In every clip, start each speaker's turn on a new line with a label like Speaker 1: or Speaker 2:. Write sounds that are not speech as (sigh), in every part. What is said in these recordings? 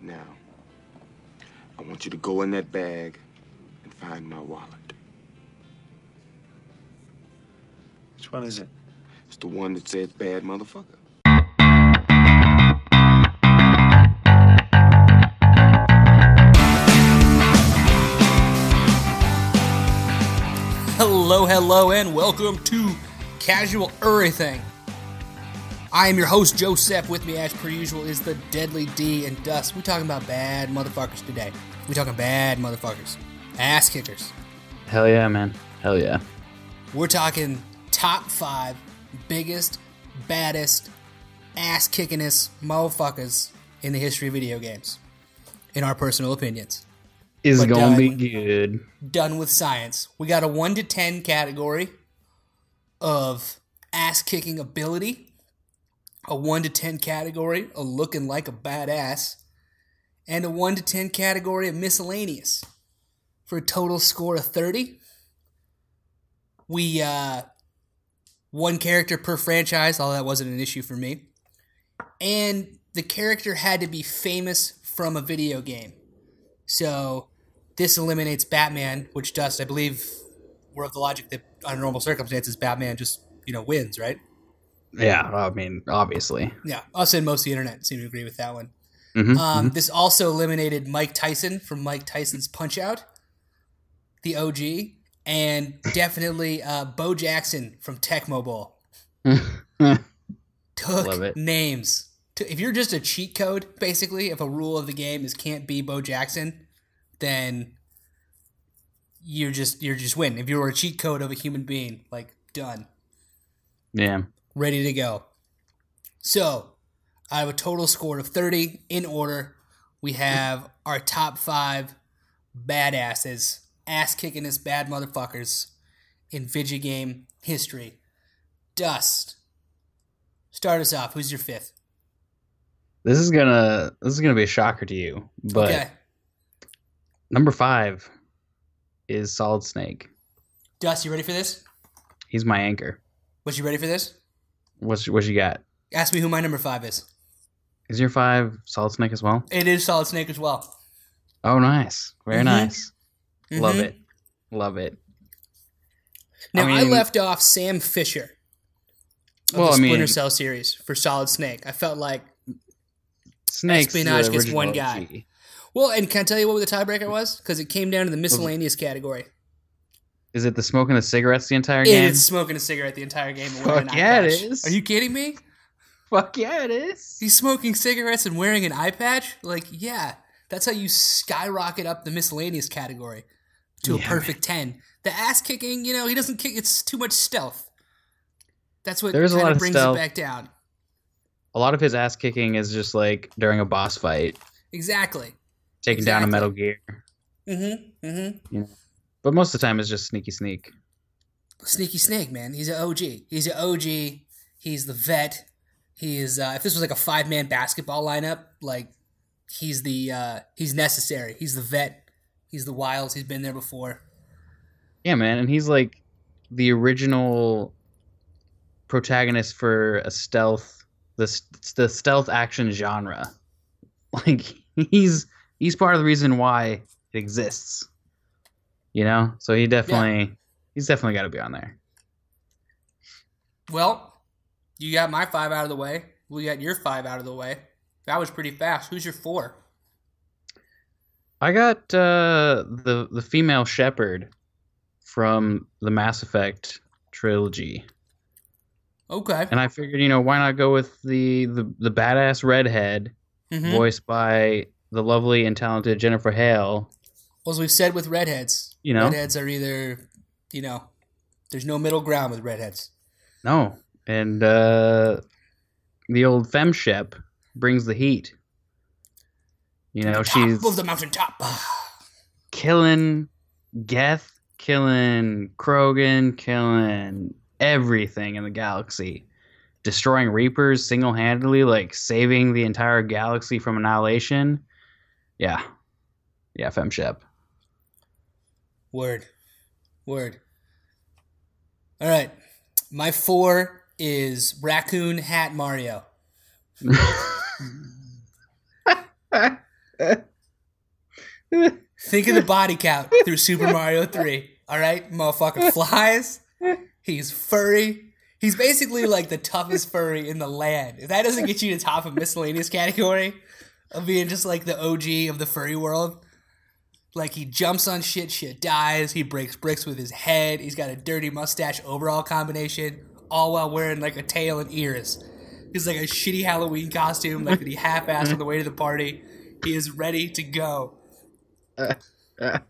Speaker 1: Now, I want you to go in that bag and find my wallet.
Speaker 2: Which one is it?
Speaker 1: It's the one that says bad motherfucker.
Speaker 3: Hello, hello, and welcome to Casual Everything. I am your host, Joe Sepp. With me, as per usual, is the Deadly D and Dust. We're talking about bad motherfuckers today. We're talking bad motherfuckers, ass kickers.
Speaker 4: Hell yeah, man. Hell yeah.
Speaker 3: We're talking top five biggest, baddest, ass kickingest motherfuckers in the history of video games, in our personal opinions.
Speaker 4: Is
Speaker 3: But
Speaker 4: gonna be
Speaker 3: done.
Speaker 4: good.
Speaker 3: done with science. We got a 1 to 10 category of ass kicking ability, a 1 to 10 category of looking like a badass, and a 1 to 10 category of miscellaneous for a total score of 30. We, uh, one character per franchise, although that wasn't an issue for me. And the character had to be famous from a video game. So this eliminates Batman, which does, I believe, we're of the logic that under normal circumstances, Batman just, you know, wins, right?
Speaker 4: Yeah, I mean, obviously.
Speaker 3: Yeah. Us and most of the internet seem to agree with that one.
Speaker 4: Mhm,
Speaker 3: Um, This also eliminated Mike Tyson from Mike Tyson's Punch Out, the OG, and definitely uh, Bo Jackson from Tecmo
Speaker 4: (laughs)
Speaker 3: Bowl. Took
Speaker 4: Love it.
Speaker 3: names. To- If you're just a cheat code, basically, if a rule of the game is can't be Bo Jackson, then you're just you're just win. If you were a cheat code of a human being, like done
Speaker 4: yeah.
Speaker 3: ready to go. So, I have a total score of 30 in order. We have our top five badasses, ass kicking as bad motherfuckers in video game history. Dust, start us off. Who's your fifth?
Speaker 4: This is gonna this is gonna be a shocker to you. But
Speaker 3: okay.
Speaker 4: number five is Solid Snake.
Speaker 3: Dust, you ready for this?
Speaker 4: He's my anchor.
Speaker 3: Was you ready for this?
Speaker 4: What's what you got?
Speaker 3: Ask me who my number five is.
Speaker 4: Is your five Solid Snake as well?
Speaker 3: It is Solid Snake as well.
Speaker 4: Oh nice. Very
Speaker 3: Mhm.
Speaker 4: nice. Love
Speaker 3: Mhm.
Speaker 4: it. Love it.
Speaker 3: Now, I,
Speaker 4: I mean-
Speaker 3: left off Sam Fisher of
Speaker 4: Well,
Speaker 3: the
Speaker 4: I mean-
Speaker 3: Splinter Cell series for Solid Snake. I felt like
Speaker 4: Snake's the
Speaker 3: Espionage gets one
Speaker 4: original
Speaker 3: guy.
Speaker 4: OG.
Speaker 3: Well, and can I tell you what the tiebreaker was? Because it came down to the miscellaneous category.
Speaker 4: Is it the smoking the cigarettes the entire game?
Speaker 3: It's smoking a cigarette the entire game. and wearing
Speaker 4: Fuck
Speaker 3: an
Speaker 4: yeah,
Speaker 3: eye
Speaker 4: it
Speaker 3: patch.
Speaker 4: is.
Speaker 3: Are you kidding me?
Speaker 4: (laughs) Fuck yeah, it is.
Speaker 3: He's smoking cigarettes and wearing an eye patch? Like, yeah. That's how you skyrocket up the miscellaneous category to a
Speaker 4: Yeah,
Speaker 3: perfect 10. The ass kicking, you know, he doesn't kick. It's too much stealth. That's what
Speaker 4: There is a
Speaker 3: kind
Speaker 4: lot
Speaker 3: of
Speaker 4: of
Speaker 3: brings
Speaker 4: stealth.
Speaker 3: it back down.
Speaker 4: A lot of his ass kicking is just like during a boss fight,
Speaker 3: Exactly.
Speaker 4: taking down a
Speaker 3: Exactly.
Speaker 4: Metal Gear.
Speaker 3: Mm-hmm. Mm-hmm.
Speaker 4: But most of the time, it's just sneaky sneak.
Speaker 3: Sneaky Snake, man. He's an OG. He's an OG. He's the vet. He is. Uh, if this was like a five man basketball lineup, like he's the uh, he's necessary. He's the vet. He's the Wiles. He's been there before.
Speaker 4: Yeah, man, and he's like the original protagonist for a stealth the s- the stealth action genre. (laughs) Like he's he's part of the reason why it exists. You know, so he definitely he's definitely got to be on there.
Speaker 3: Well, you got my five out of the way. We got your five out of the way. That was pretty fast. Who's your four?
Speaker 4: I got uh, the the female shepherd from the Mass Effect trilogy.
Speaker 3: Okay.
Speaker 4: and I figured, you know, why not go with the the, the badass redhead
Speaker 3: Mhm.
Speaker 4: voiced by the lovely and talented Jennifer Hale?
Speaker 3: Well, as we've said with redheads,
Speaker 4: You know,
Speaker 3: redheads are either you know there's no middle ground with redheads.
Speaker 4: no, and uh, the old fem shep brings the heat. You know, Oh, she's
Speaker 3: Top of the mountaintop.
Speaker 4: killing Geth, killing Krogan, killing everything in the galaxy, destroying Reapers single handedly, like saving the entire galaxy from annihilation. Yeah. Yeah, Fem (laughs) Shep.
Speaker 3: Word. Word. All right. My four is Raccoon Hat Mario. Think of the body count through Super Mario 3. All right? Motherfucker flies. He's furry. He's basically like the toughest furry in the land. If that doesn't get you to top of miscellaneous category of being just like the OG of the furry world, like he jumps on shit, shit dies. He breaks bricks with his head. He's got a dirty mustache overall combination, all while wearing like a tail and ears. He's like a shitty Halloween costume, like that he half-assed on the way to the party. He is ready to go. All right,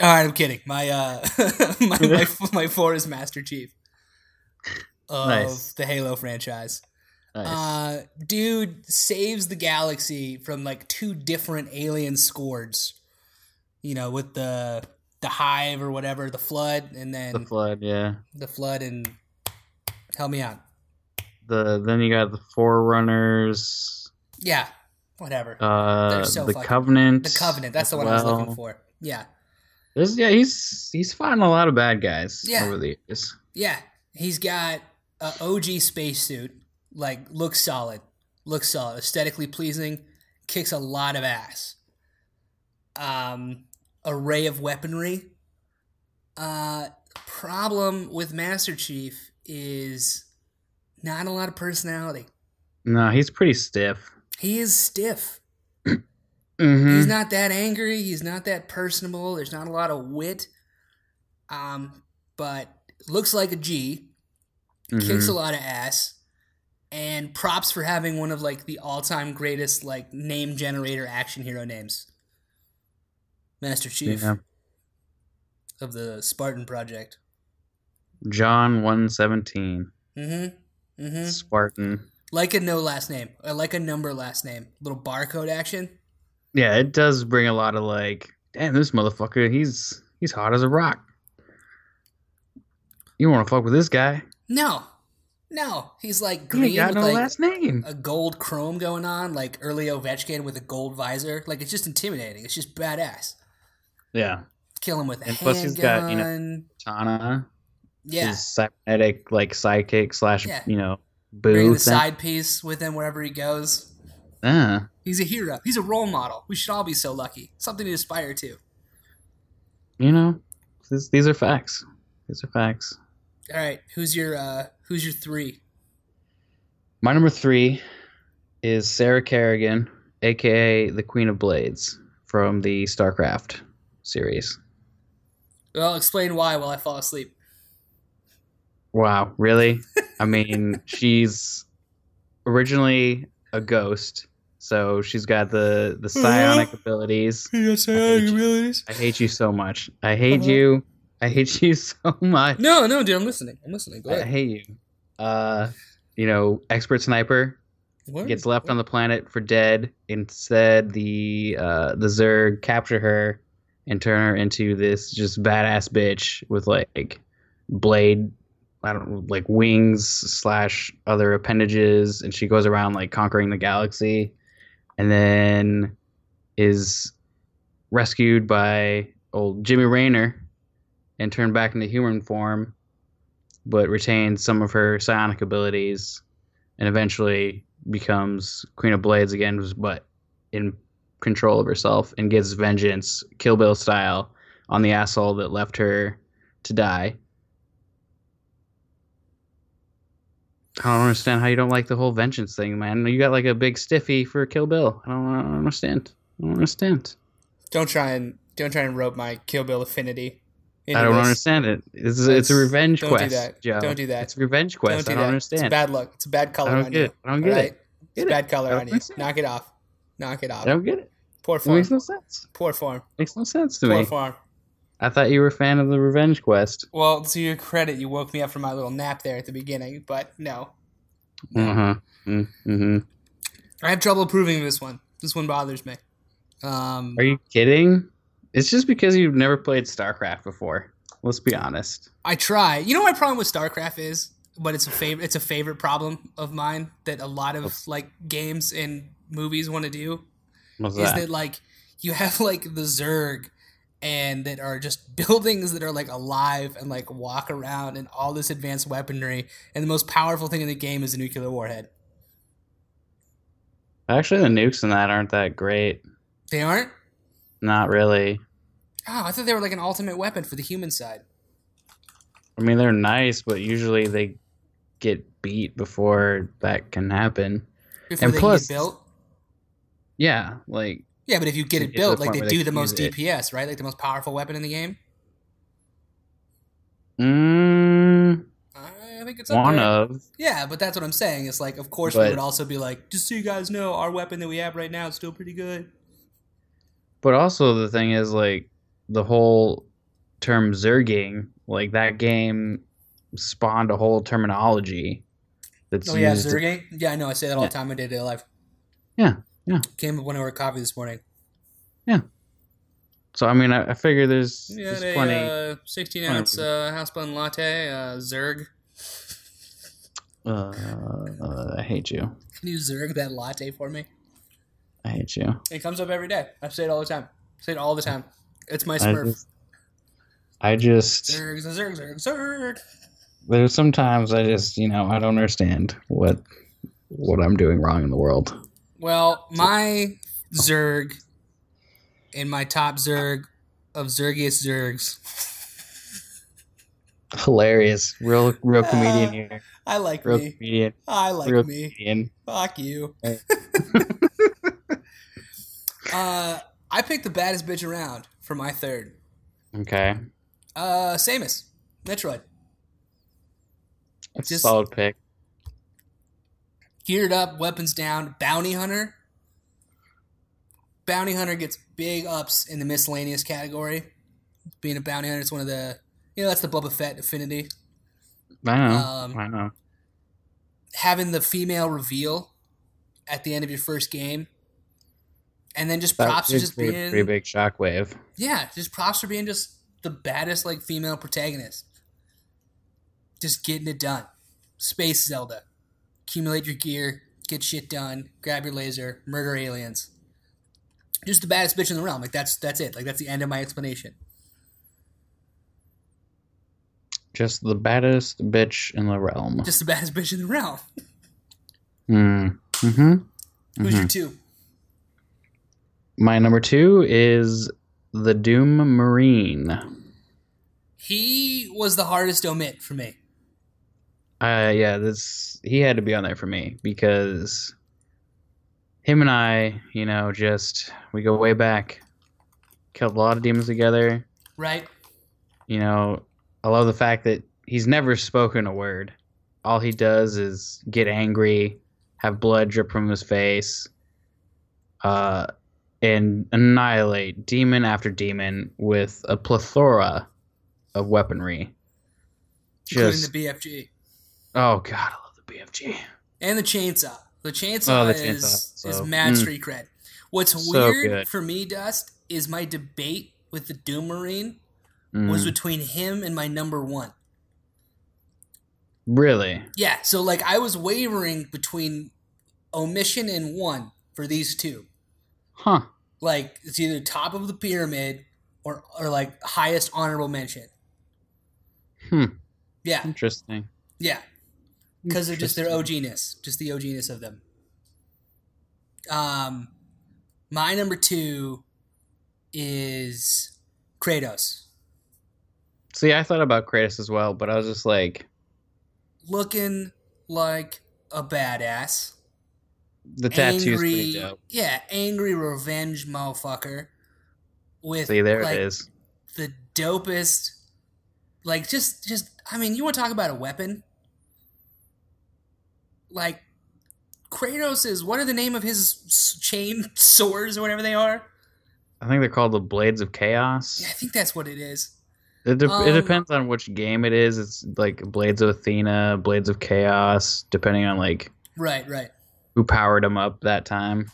Speaker 3: I'm kidding. My uh, (laughs) my, my my four is Master Chief of
Speaker 4: Nice.
Speaker 3: the Halo franchise.
Speaker 4: Nice.
Speaker 3: Uh, dude saves the galaxy from like two different alien swords. You know, with the the hive or whatever, the flood, and then
Speaker 4: the flood, yeah.
Speaker 3: the flood, and help me out.
Speaker 4: The then you got the forerunners,
Speaker 3: Yeah, whatever.
Speaker 4: uh,
Speaker 3: They're so
Speaker 4: the
Speaker 3: fucking-
Speaker 4: covenant.
Speaker 3: the Covenant. That's
Speaker 4: as
Speaker 3: the one I was looking
Speaker 4: well.
Speaker 3: for. Yeah.
Speaker 4: There's, yeah, he's he's fighting a lot of bad guys
Speaker 3: Yeah.
Speaker 4: over the years.
Speaker 3: Yeah, he's got a OG spacesuit. Like, looks solid, looks solid, aesthetically pleasing, kicks a lot of ass. Um, array of weaponry. Uh, problem with Master Chief is not a lot of personality.
Speaker 4: No, he's pretty stiff.
Speaker 3: He is stiff.
Speaker 4: hmm
Speaker 3: He's not that angry. He's not that personable. There's not a lot of wit. Um, but looks like a G.
Speaker 4: Mm-hmm.
Speaker 3: kicks a lot of ass and props for having one of like the all-time greatest like name generator action hero names master chief
Speaker 4: Yeah.
Speaker 3: of the spartan project
Speaker 4: John one seventeen.
Speaker 3: mm-hmm mm-hmm
Speaker 4: Spartan.
Speaker 3: like a no last name or like a number last name little barcode action
Speaker 4: Yeah, it does bring a lot of like, damn, this motherfucker, he's he's hot as a rock. You want to fuck with this guy?
Speaker 3: no no he's like
Speaker 4: He
Speaker 3: green
Speaker 4: ain't got
Speaker 3: with
Speaker 4: no
Speaker 3: like
Speaker 4: last name.
Speaker 3: a gold chrome going on like early ovechkin with a gold visor like it's just intimidating it's just badass
Speaker 4: Yeah,
Speaker 3: kill him with a
Speaker 4: And
Speaker 3: handgun
Speaker 4: plus he's got, you know, Tana,
Speaker 3: yeah
Speaker 4: his cybernetic like sidekick slash
Speaker 3: Yeah.
Speaker 4: you know
Speaker 3: bring
Speaker 4: boo
Speaker 3: the
Speaker 4: thing.
Speaker 3: side piece with him wherever he goes.
Speaker 4: yeah.
Speaker 3: He's a hero. He's a role model. We should all be so lucky. Something to aspire to.
Speaker 4: you know, this, these are facts. These are facts.
Speaker 3: All right, who's your uh who's your three?
Speaker 4: My number three is Sarah Kerrigan, aka the Queen of Blades, from the StarCraft series.
Speaker 3: Well, I'll explain why while I fall asleep.
Speaker 4: Wow, really?
Speaker 3: (laughs)
Speaker 4: I mean, she's originally a ghost, so she's got the
Speaker 3: (laughs)
Speaker 4: the psionic abilities.
Speaker 3: Yes,
Speaker 4: I hate you. I hate you so much. I hate
Speaker 3: Uh-huh.
Speaker 4: you. I hate (laughs) you so much.
Speaker 3: No, no, dude, I'm listening. I'm listening. Go
Speaker 4: I
Speaker 3: ahead.
Speaker 4: hate you. Uh, you know, expert sniper,
Speaker 3: What?
Speaker 4: gets left on the planet for dead. Instead, the uh, the Zerg capture her and turn her into this just badass bitch with like blade, I don't like wings slash other appendages, and she goes around like conquering the galaxy, and then is rescued by old Jimmy Rayner and turned back into human form, but retains some of her psionic abilities and eventually becomes Queen of Blades again, but in control of herself and gets vengeance, Kill Bill style, on the asshole that left her to die. I don't understand how you don't like the whole vengeance thing, man. You got like a big stiffy for Kill Bill. I don't, I don't understand. I don't understand.
Speaker 3: Don't try and don't try and rope my Kill Bill affinity. into
Speaker 4: I don't
Speaker 3: this.
Speaker 4: understand it. It's, it's a
Speaker 3: That's-
Speaker 4: revenge
Speaker 3: don't do
Speaker 4: quest.
Speaker 3: that.
Speaker 4: Joe.
Speaker 3: Don't do that.
Speaker 4: It's a revenge quest.
Speaker 3: do
Speaker 4: I don't
Speaker 3: that. It's
Speaker 4: understand.
Speaker 3: bad luck. It's a bad color
Speaker 4: I don't
Speaker 3: on
Speaker 4: get
Speaker 3: you.
Speaker 4: it. I don't
Speaker 3: all
Speaker 4: get
Speaker 3: right?
Speaker 4: it.
Speaker 3: It's
Speaker 4: Get it.
Speaker 3: bad color
Speaker 4: I don't
Speaker 3: on you.
Speaker 4: understand.
Speaker 3: Knock it off. Knock it
Speaker 4: I
Speaker 3: off.
Speaker 4: don't get it.
Speaker 3: Poor
Speaker 4: It
Speaker 3: form.
Speaker 4: makes no sense.
Speaker 3: Poor form.
Speaker 4: Makes no sense to
Speaker 3: Poor
Speaker 4: me.
Speaker 3: form.
Speaker 4: I thought you were a fan of the Revenge Quest.
Speaker 3: Well, to your credit, you woke me up from my little nap there at the beginning, but no.
Speaker 4: Uh-huh. Mm-hmm.
Speaker 3: I have trouble approving of this one. This one bothers me. Um,
Speaker 4: Are you kidding? It's just because you've never played StarCraft before. Let's be honest.
Speaker 3: I try. You know what my problem with StarCraft is, but it's a favorite. It's a favorite problem of mine that a lot of like games and movies want to do
Speaker 4: What's
Speaker 3: is
Speaker 4: that?
Speaker 3: that like you have like the Zerg and that are just (laughs) buildings that are like alive and like walk around and all this advanced weaponry and the most powerful thing in the game is a nuclear warhead.
Speaker 4: Actually, the nukes in that aren't that great.
Speaker 3: They aren't?
Speaker 4: Not really.
Speaker 3: Oh, I thought they were like an ultimate weapon for the human side.
Speaker 4: I mean, they're nice, but usually they get beat before that can happen.
Speaker 3: Before
Speaker 4: And
Speaker 3: they
Speaker 4: plus-
Speaker 3: get built.
Speaker 4: Yeah, like
Speaker 3: Yeah, but if you get
Speaker 4: To
Speaker 3: it
Speaker 4: get to
Speaker 3: built,
Speaker 4: the
Speaker 3: like
Speaker 4: point
Speaker 3: they
Speaker 4: where they
Speaker 3: do the
Speaker 4: can
Speaker 3: most
Speaker 4: use it.
Speaker 3: DPS, right? Like the most powerful weapon in the game.
Speaker 4: mm,
Speaker 3: I think it's up
Speaker 4: one
Speaker 3: there.
Speaker 4: of
Speaker 3: Yeah, but that's what I'm saying. It's like, of course, we
Speaker 4: But-
Speaker 3: would also be like, just so you guys know, our weapon that we have right now is still pretty good.
Speaker 4: But also the thing is like the whole term zerging, like that game spawned a whole terminology that's
Speaker 3: Oh yeah,
Speaker 4: used.
Speaker 3: Zergate. Yeah, I know. I say that all the time in day to day life.
Speaker 4: Yeah, yeah.
Speaker 3: Came up when I ordered coffee this morning.
Speaker 4: So I mean, I, I figure there's,
Speaker 3: Yeah,
Speaker 4: there's
Speaker 3: a
Speaker 4: plenty.
Speaker 3: uh, 16
Speaker 4: plenty of
Speaker 3: ounce uh, house bun latte, uh, Zerg.
Speaker 4: Uh, uh, I hate you.
Speaker 3: Can you Zerg that latte for me?
Speaker 4: I hate you.
Speaker 3: It comes up every day. I say it all the time. I say it all the time. It's my
Speaker 4: I
Speaker 3: Smurf.
Speaker 4: just, I just
Speaker 3: Zerg, Zerg, Zerg, Zerg.
Speaker 4: there's sometimes I just you know I don't understand what what I'm doing wrong in the world.
Speaker 3: Well, my Zerg and my top Zerg of Zergiest Zergs.
Speaker 4: Hilarious, real real comedian here,
Speaker 3: I like
Speaker 4: real
Speaker 3: Ah, me.
Speaker 4: comedian,
Speaker 3: I like
Speaker 4: real
Speaker 3: me.
Speaker 4: comedian.
Speaker 3: Fuck you.
Speaker 4: Hey.
Speaker 3: (laughs) uh, I picked the baddest bitch around for my third.
Speaker 4: Okay,
Speaker 3: Uh, Samus, Metroid,
Speaker 4: that's
Speaker 3: Just-
Speaker 4: a solid pick.
Speaker 3: geared up, weapons down, bounty hunter. Bounty hunter gets big ups in the miscellaneous category. Being a bounty hunter, it's one of the you know that's the Boba Fett affinity.
Speaker 4: I know.
Speaker 3: Um,
Speaker 4: I know.
Speaker 3: Having the female reveal at the end of your first game, and then just
Speaker 4: That
Speaker 3: props for
Speaker 4: was
Speaker 3: just
Speaker 4: a
Speaker 3: being
Speaker 4: pretty big shockwave.
Speaker 3: Yeah, just props for being just the baddest like female protagonist. Just getting it done. Space Zelda. Accumulate your gear, get shit done, grab your laser, murder aliens. Just the baddest bitch in the realm. Like that's that's it. Like that's the end of my explanation.
Speaker 4: Just the baddest bitch in the realm.
Speaker 3: Just the baddest (laughs) bitch in the realm.
Speaker 4: Mm. hmm
Speaker 3: Who's your two?
Speaker 4: My number two is the Doom Marine.
Speaker 3: He was the hardest to omit for me.
Speaker 4: Uh, yeah, this he had to be on there for me because him and I, you know, just we go way back. Killed a lot of demons together.
Speaker 3: Right?
Speaker 4: you know, I love the fact that he's never spoken a word. All he does is get angry, have blood drip from his face, uh, and annihilate demon after demon with a plethora of weaponry. Just
Speaker 3: Including the BFG.
Speaker 4: oh god, I love the BFG.
Speaker 3: And the chainsaw. The chainsaw,
Speaker 4: Oh, the
Speaker 3: is,
Speaker 4: chainsaw,
Speaker 3: is
Speaker 4: so-
Speaker 3: mad
Speaker 4: mm.
Speaker 3: street cred. What's
Speaker 4: So
Speaker 3: weird
Speaker 4: good.
Speaker 3: for me, Dust, is my debate with the Doom Marine
Speaker 4: Mm.
Speaker 3: was between him and my number one.
Speaker 4: really
Speaker 3: Yeah, so like I was wavering between omission and one for these two.
Speaker 4: huh?
Speaker 3: Like it's either top of the pyramid or or like highest honorable mention.
Speaker 4: Hmm.
Speaker 3: Yeah,
Speaker 4: Interesting.
Speaker 3: yeah. because they're just their
Speaker 4: Interesting.
Speaker 3: OGness, just the OGness of them. Um, my number two is Kratos,
Speaker 4: See, I thought about Kratos as well, but I was just like,
Speaker 3: looking like a badass,
Speaker 4: the tattoo's pretty dope.
Speaker 3: yeah, angry revenge motherfucker. With
Speaker 4: See, there
Speaker 3: like,
Speaker 4: it is.
Speaker 3: the dopest, like just just I mean, you want to talk about a weapon? Like Kratos is what are the name of his s- chain (laughs) swords or whatever they are?
Speaker 4: I think they're called the Blades of Chaos.
Speaker 3: Yeah, I think that's what it is.
Speaker 4: It, de-
Speaker 3: Um,
Speaker 4: it depends on which game it is. It's like Blades of Athena, Blades of Chaos, depending on like
Speaker 3: Right, right.
Speaker 4: who powered them up that time.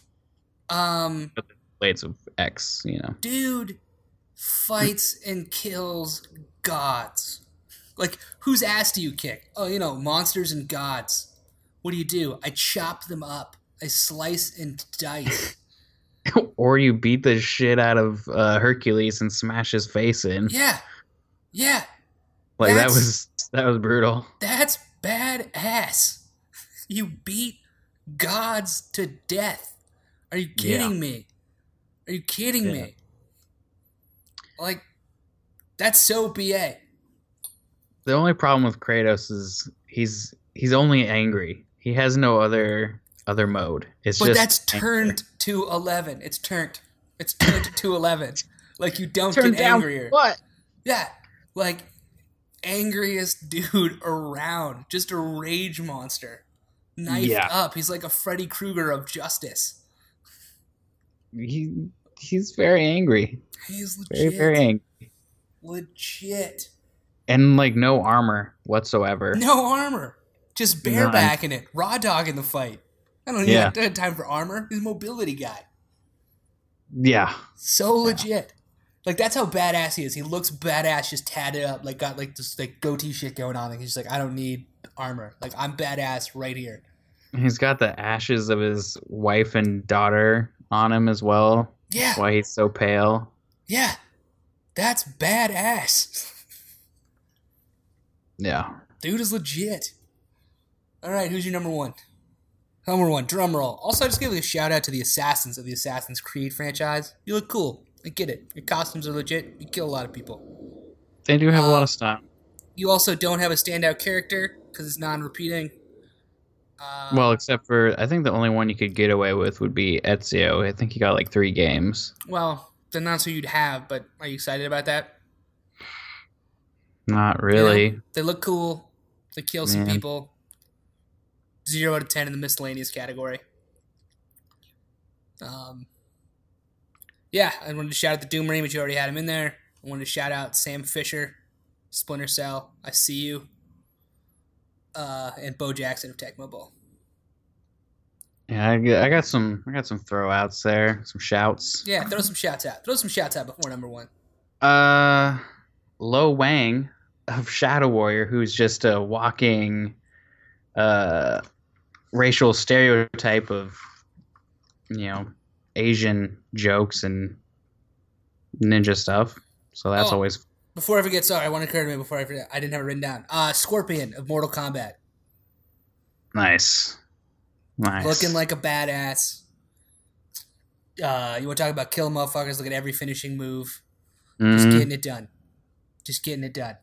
Speaker 3: Um,
Speaker 4: Blades of X, you know. (laughs)
Speaker 3: dude fights and kills gods. Like, whose ass do you kick? Oh, you know, monsters and gods. What do you do? I chop them up. I slice and dice.
Speaker 4: or you beat the shit out of uh, Hercules and smash his face in.
Speaker 3: Yeah, yeah.
Speaker 4: like that
Speaker 3: that's-
Speaker 4: was that was brutal.
Speaker 3: That's badass. (laughs) You beat gods to death. Are you
Speaker 4: Yeah.
Speaker 3: kidding me? Are you kidding
Speaker 4: Yeah.
Speaker 3: me? Like, that's so BA.
Speaker 4: The only problem with Kratos is he's he's only angry. He has no other other mode. It's
Speaker 3: But
Speaker 4: just
Speaker 3: that's
Speaker 4: anger.
Speaker 3: turned to 11. It's turned. It's turned to 11. Like, you don't
Speaker 4: turned
Speaker 3: get
Speaker 4: down.
Speaker 3: angrier.
Speaker 4: What?
Speaker 3: Yeah. Like, angriest dude around. Just a rage monster. Knifed
Speaker 4: Yeah.
Speaker 3: up. He's like a Freddy Krueger of justice.
Speaker 4: He he's very angry.
Speaker 3: He's legit.
Speaker 4: Very very angry.
Speaker 3: legit.
Speaker 4: And like no armor whatsoever.
Speaker 3: No armor. Just
Speaker 4: None.
Speaker 3: barebacking it. Raw dog in the fight. I don't even
Speaker 4: Yeah.
Speaker 3: have I have time for armor. He's a mobility guy.
Speaker 4: Yeah.
Speaker 3: So legit. Like that's how badass he is. He looks badass, just tatted up, like got like this like goatee shit going on. Like he's just like, I don't need armor. Like I'm badass right here.
Speaker 4: He's got the ashes of his wife and daughter on him as well.
Speaker 3: Yeah,
Speaker 4: Why he's so pale.
Speaker 3: yeah. That's badass.
Speaker 4: Yeah.
Speaker 3: Dude is legit. All right, who's your number one? Number one, drum roll. Also, I just give a shout out to the assassins of the Assassin's Creed franchise. You look cool. I get it. Your costumes are legit. You kill a lot of people.
Speaker 4: They do have a
Speaker 3: Uh,
Speaker 4: lot of stuff.
Speaker 3: You also don't have a standout character because it's non-repeating. Uh,
Speaker 4: Well, except for I think the only one you could get away with would be Ezio. I think he got like three games.
Speaker 3: well, then that's who you'd have. But are you excited about that?
Speaker 4: Not really.
Speaker 3: You know, they look cool. They kill some
Speaker 4: Man.
Speaker 3: people. Zero out of ten in the miscellaneous category. Um, yeah, I wanted to shout out the Doom Marine, but you already had him in there. I wanted to shout out Sam Fisher, Splinter Cell, I See You, uh, and Bo Jackson of Tecmo Bowl.
Speaker 4: Yeah, I, g- I got some. I got some throwouts there. Some shouts.
Speaker 3: Yeah, throw some shouts out. Throw some shouts out before number one.
Speaker 4: Uh, Lo Wang of Shadow Warrior, who's just a walking, uh, racial stereotype of, you know, Asian jokes and ninja stuff. So that's
Speaker 3: Oh.
Speaker 4: always
Speaker 3: Before I forget, sorry, I want to occur to me before I forget. I didn't have it written down. Uh, Scorpion of Mortal Kombat.
Speaker 4: nice. Nice.
Speaker 3: looking like a badass. Uh, you want to talk about kill motherfuckers? Look at every finishing move. Just
Speaker 4: Mhm.
Speaker 3: getting it done. Just getting it done.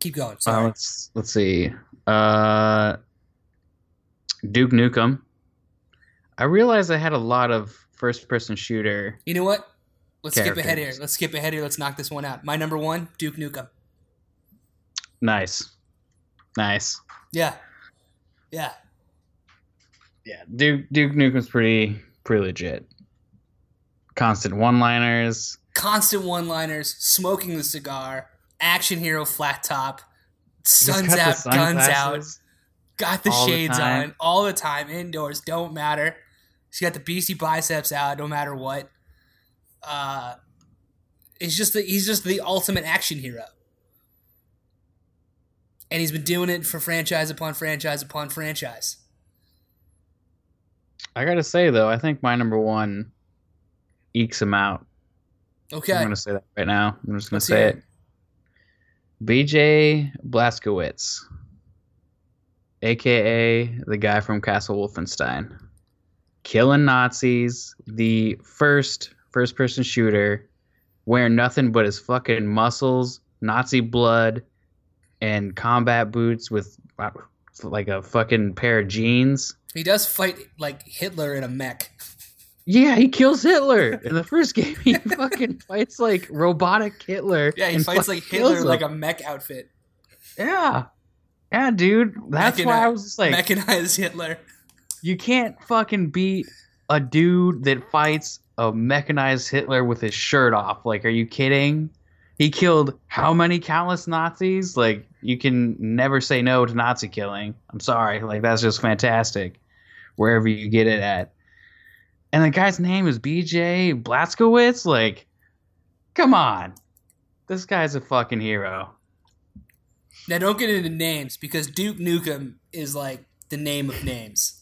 Speaker 3: Keep going.
Speaker 4: Uh,
Speaker 3: Sorry.
Speaker 4: let's let's see. Uh, Duke Nukem. I realized I had a lot of first-person shooter.
Speaker 3: you know what? Let's skip ahead here.
Speaker 4: characters.
Speaker 3: Let's skip ahead here. Let's knock this one out. My number one, Duke Nukem.
Speaker 4: Nice, nice.
Speaker 3: Yeah. Yeah.
Speaker 4: Yeah, Duke Duke Nukem's pretty pretty legit. Constant one-liners.
Speaker 3: Constant one liners, smoking the cigar, action hero flat top,
Speaker 4: He's
Speaker 3: suns
Speaker 4: got the
Speaker 3: out, guns out.
Speaker 4: sunglasses.
Speaker 3: got the
Speaker 4: All the
Speaker 3: shades
Speaker 4: time.
Speaker 3: on all the time indoors don't matter she got the beastie biceps out no matter what uh it's just that he's just the ultimate action hero and he's been doing it for franchise upon franchise upon franchise
Speaker 4: I gotta say though, I think my number one ekes him out.
Speaker 3: okay
Speaker 4: I'm gonna say that right now. I'm just gonna
Speaker 3: Let's
Speaker 4: say
Speaker 3: hear
Speaker 4: it. BJ Blazkowicz, aka the guy from Castle Wolfenstein, killing Nazis, the first first-person shooter, wearing nothing but his fucking muscles, Nazi blood, and combat boots with uh, like a fucking pair of jeans.
Speaker 3: he does fight like hitler in a mech
Speaker 4: Yeah, he kills Hitler in the first (laughs) game.
Speaker 3: (laughs)
Speaker 4: He fucking fights like robotic Hitler.
Speaker 3: yeah he
Speaker 4: and
Speaker 3: fights
Speaker 4: fucking
Speaker 3: like hitler
Speaker 4: kills
Speaker 3: in
Speaker 4: him.
Speaker 3: like a mech outfit
Speaker 4: Yeah. Yeah, dude. That's
Speaker 3: Mechani-
Speaker 4: why I was just
Speaker 3: (laughs)
Speaker 4: like,
Speaker 3: mechanized hitler
Speaker 4: you can't fucking beat a dude that fights a mechanized Hitler with his shirt off. Like, are you kidding? He killed how many countless Nazis? Like, you can never say no to Nazi killing. I'm sorry. Like, that's just fantastic wherever you get it at. And the guy's name is BJ Blazkowicz. Like, come on. This guy's a fucking hero.
Speaker 3: now don't get into names because duke nukem is like the name of names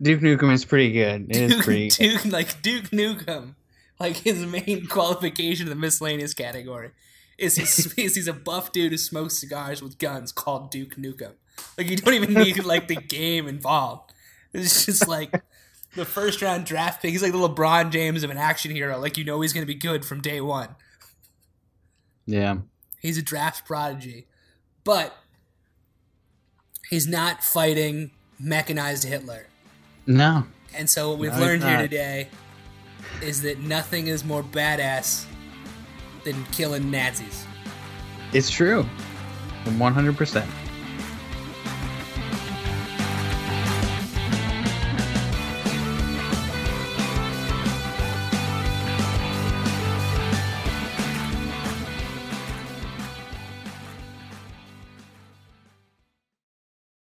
Speaker 4: Duke Nukem is pretty good. It is
Speaker 3: Duke, (laughs)
Speaker 4: pretty. good.
Speaker 3: Duke, like Duke Nukem, like his main (laughs) qualification in the miscellaneous category is he's, is he's a buff dude who smokes cigars with guns called Duke Nukem. Like you don't even need like the game involved. It's just like the first round draft pick. He's like the LeBron James of an action hero. Like you know he's going to be good from day one.
Speaker 4: Yeah.
Speaker 3: He's a draft prodigy, but he's not fighting mechanized Hitler.
Speaker 4: No.
Speaker 3: And so what we've
Speaker 4: No, he's
Speaker 3: learned here
Speaker 4: not.
Speaker 3: today is that nothing is more badass than killing Nazis.
Speaker 4: It's true. 100%.